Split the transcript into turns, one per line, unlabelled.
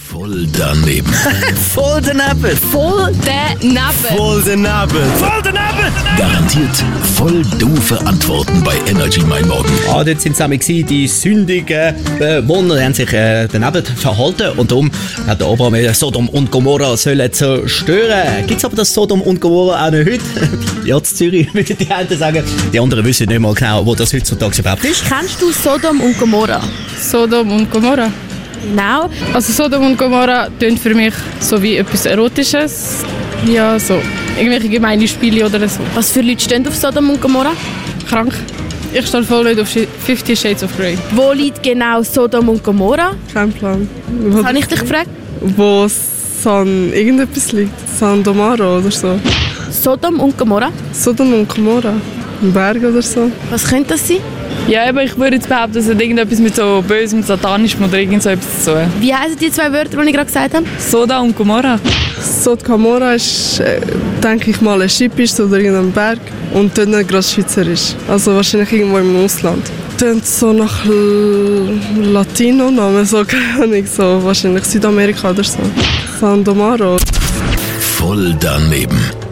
Voll daneben.
Voll daneben.
Voll daneben.
Voll daneben.
Voll daneben! Garantiert voll doofe Antworten bei Energy Mein Morgen.
Ah, dort sind es nämlich gewesen, die sündigen Bewohner, die haben sich äh, daneben verhalten und darum hat der Abraham äh, Sodom und Gomorra sollen zerstören. Gibt es aber das Sodom und Gomorra auch noch heute? ja, in Zürich würden die einen sagen. Die anderen wissen nicht mal genau, wo das heutzutage überhaupt ist.
Kennst du Sodom und Gomorra?
Sodom und Gomorra.
Genau.
Also Sodom und Gomorra tönt für mich so wie etwas Erotisches. Ja, so irgendwelche gemeine Spiele oder so.
Was für Leute stehen auf Sodom und Gomorra?
Krank. Ich stehe voll nicht auf Sch- 50 Shades of Grey.
Wo liegt genau Sodom und Gomorra?
Kein Plan.
Das habe ich dich gefragt.
Wo San irgendetwas liegt. San Domaro oder so.
Sodom und Gomorra?
Sodom und Gomorra. Ein Berg oder so.
Was könnte das sein?
Ja, aber ich würde jetzt behaupten, es hat irgendetwas mit so bösem, satanischem oder irgend so etwas zu tun.
Wie heißen die zwei Wörter, die ich gerade gesagt habe?
Soda und Gomorra.
Sod Camora ist, äh, denke ich mal, ein Schiff ist oder irgendein Berg. Und dann nicht gerade Schweizerisch. Also wahrscheinlich irgendwo im Ausland. Tönt so nach L- Latino-Namen, so keine Ahnung, so wahrscheinlich Südamerika oder so. San Domaro.
Voll daneben.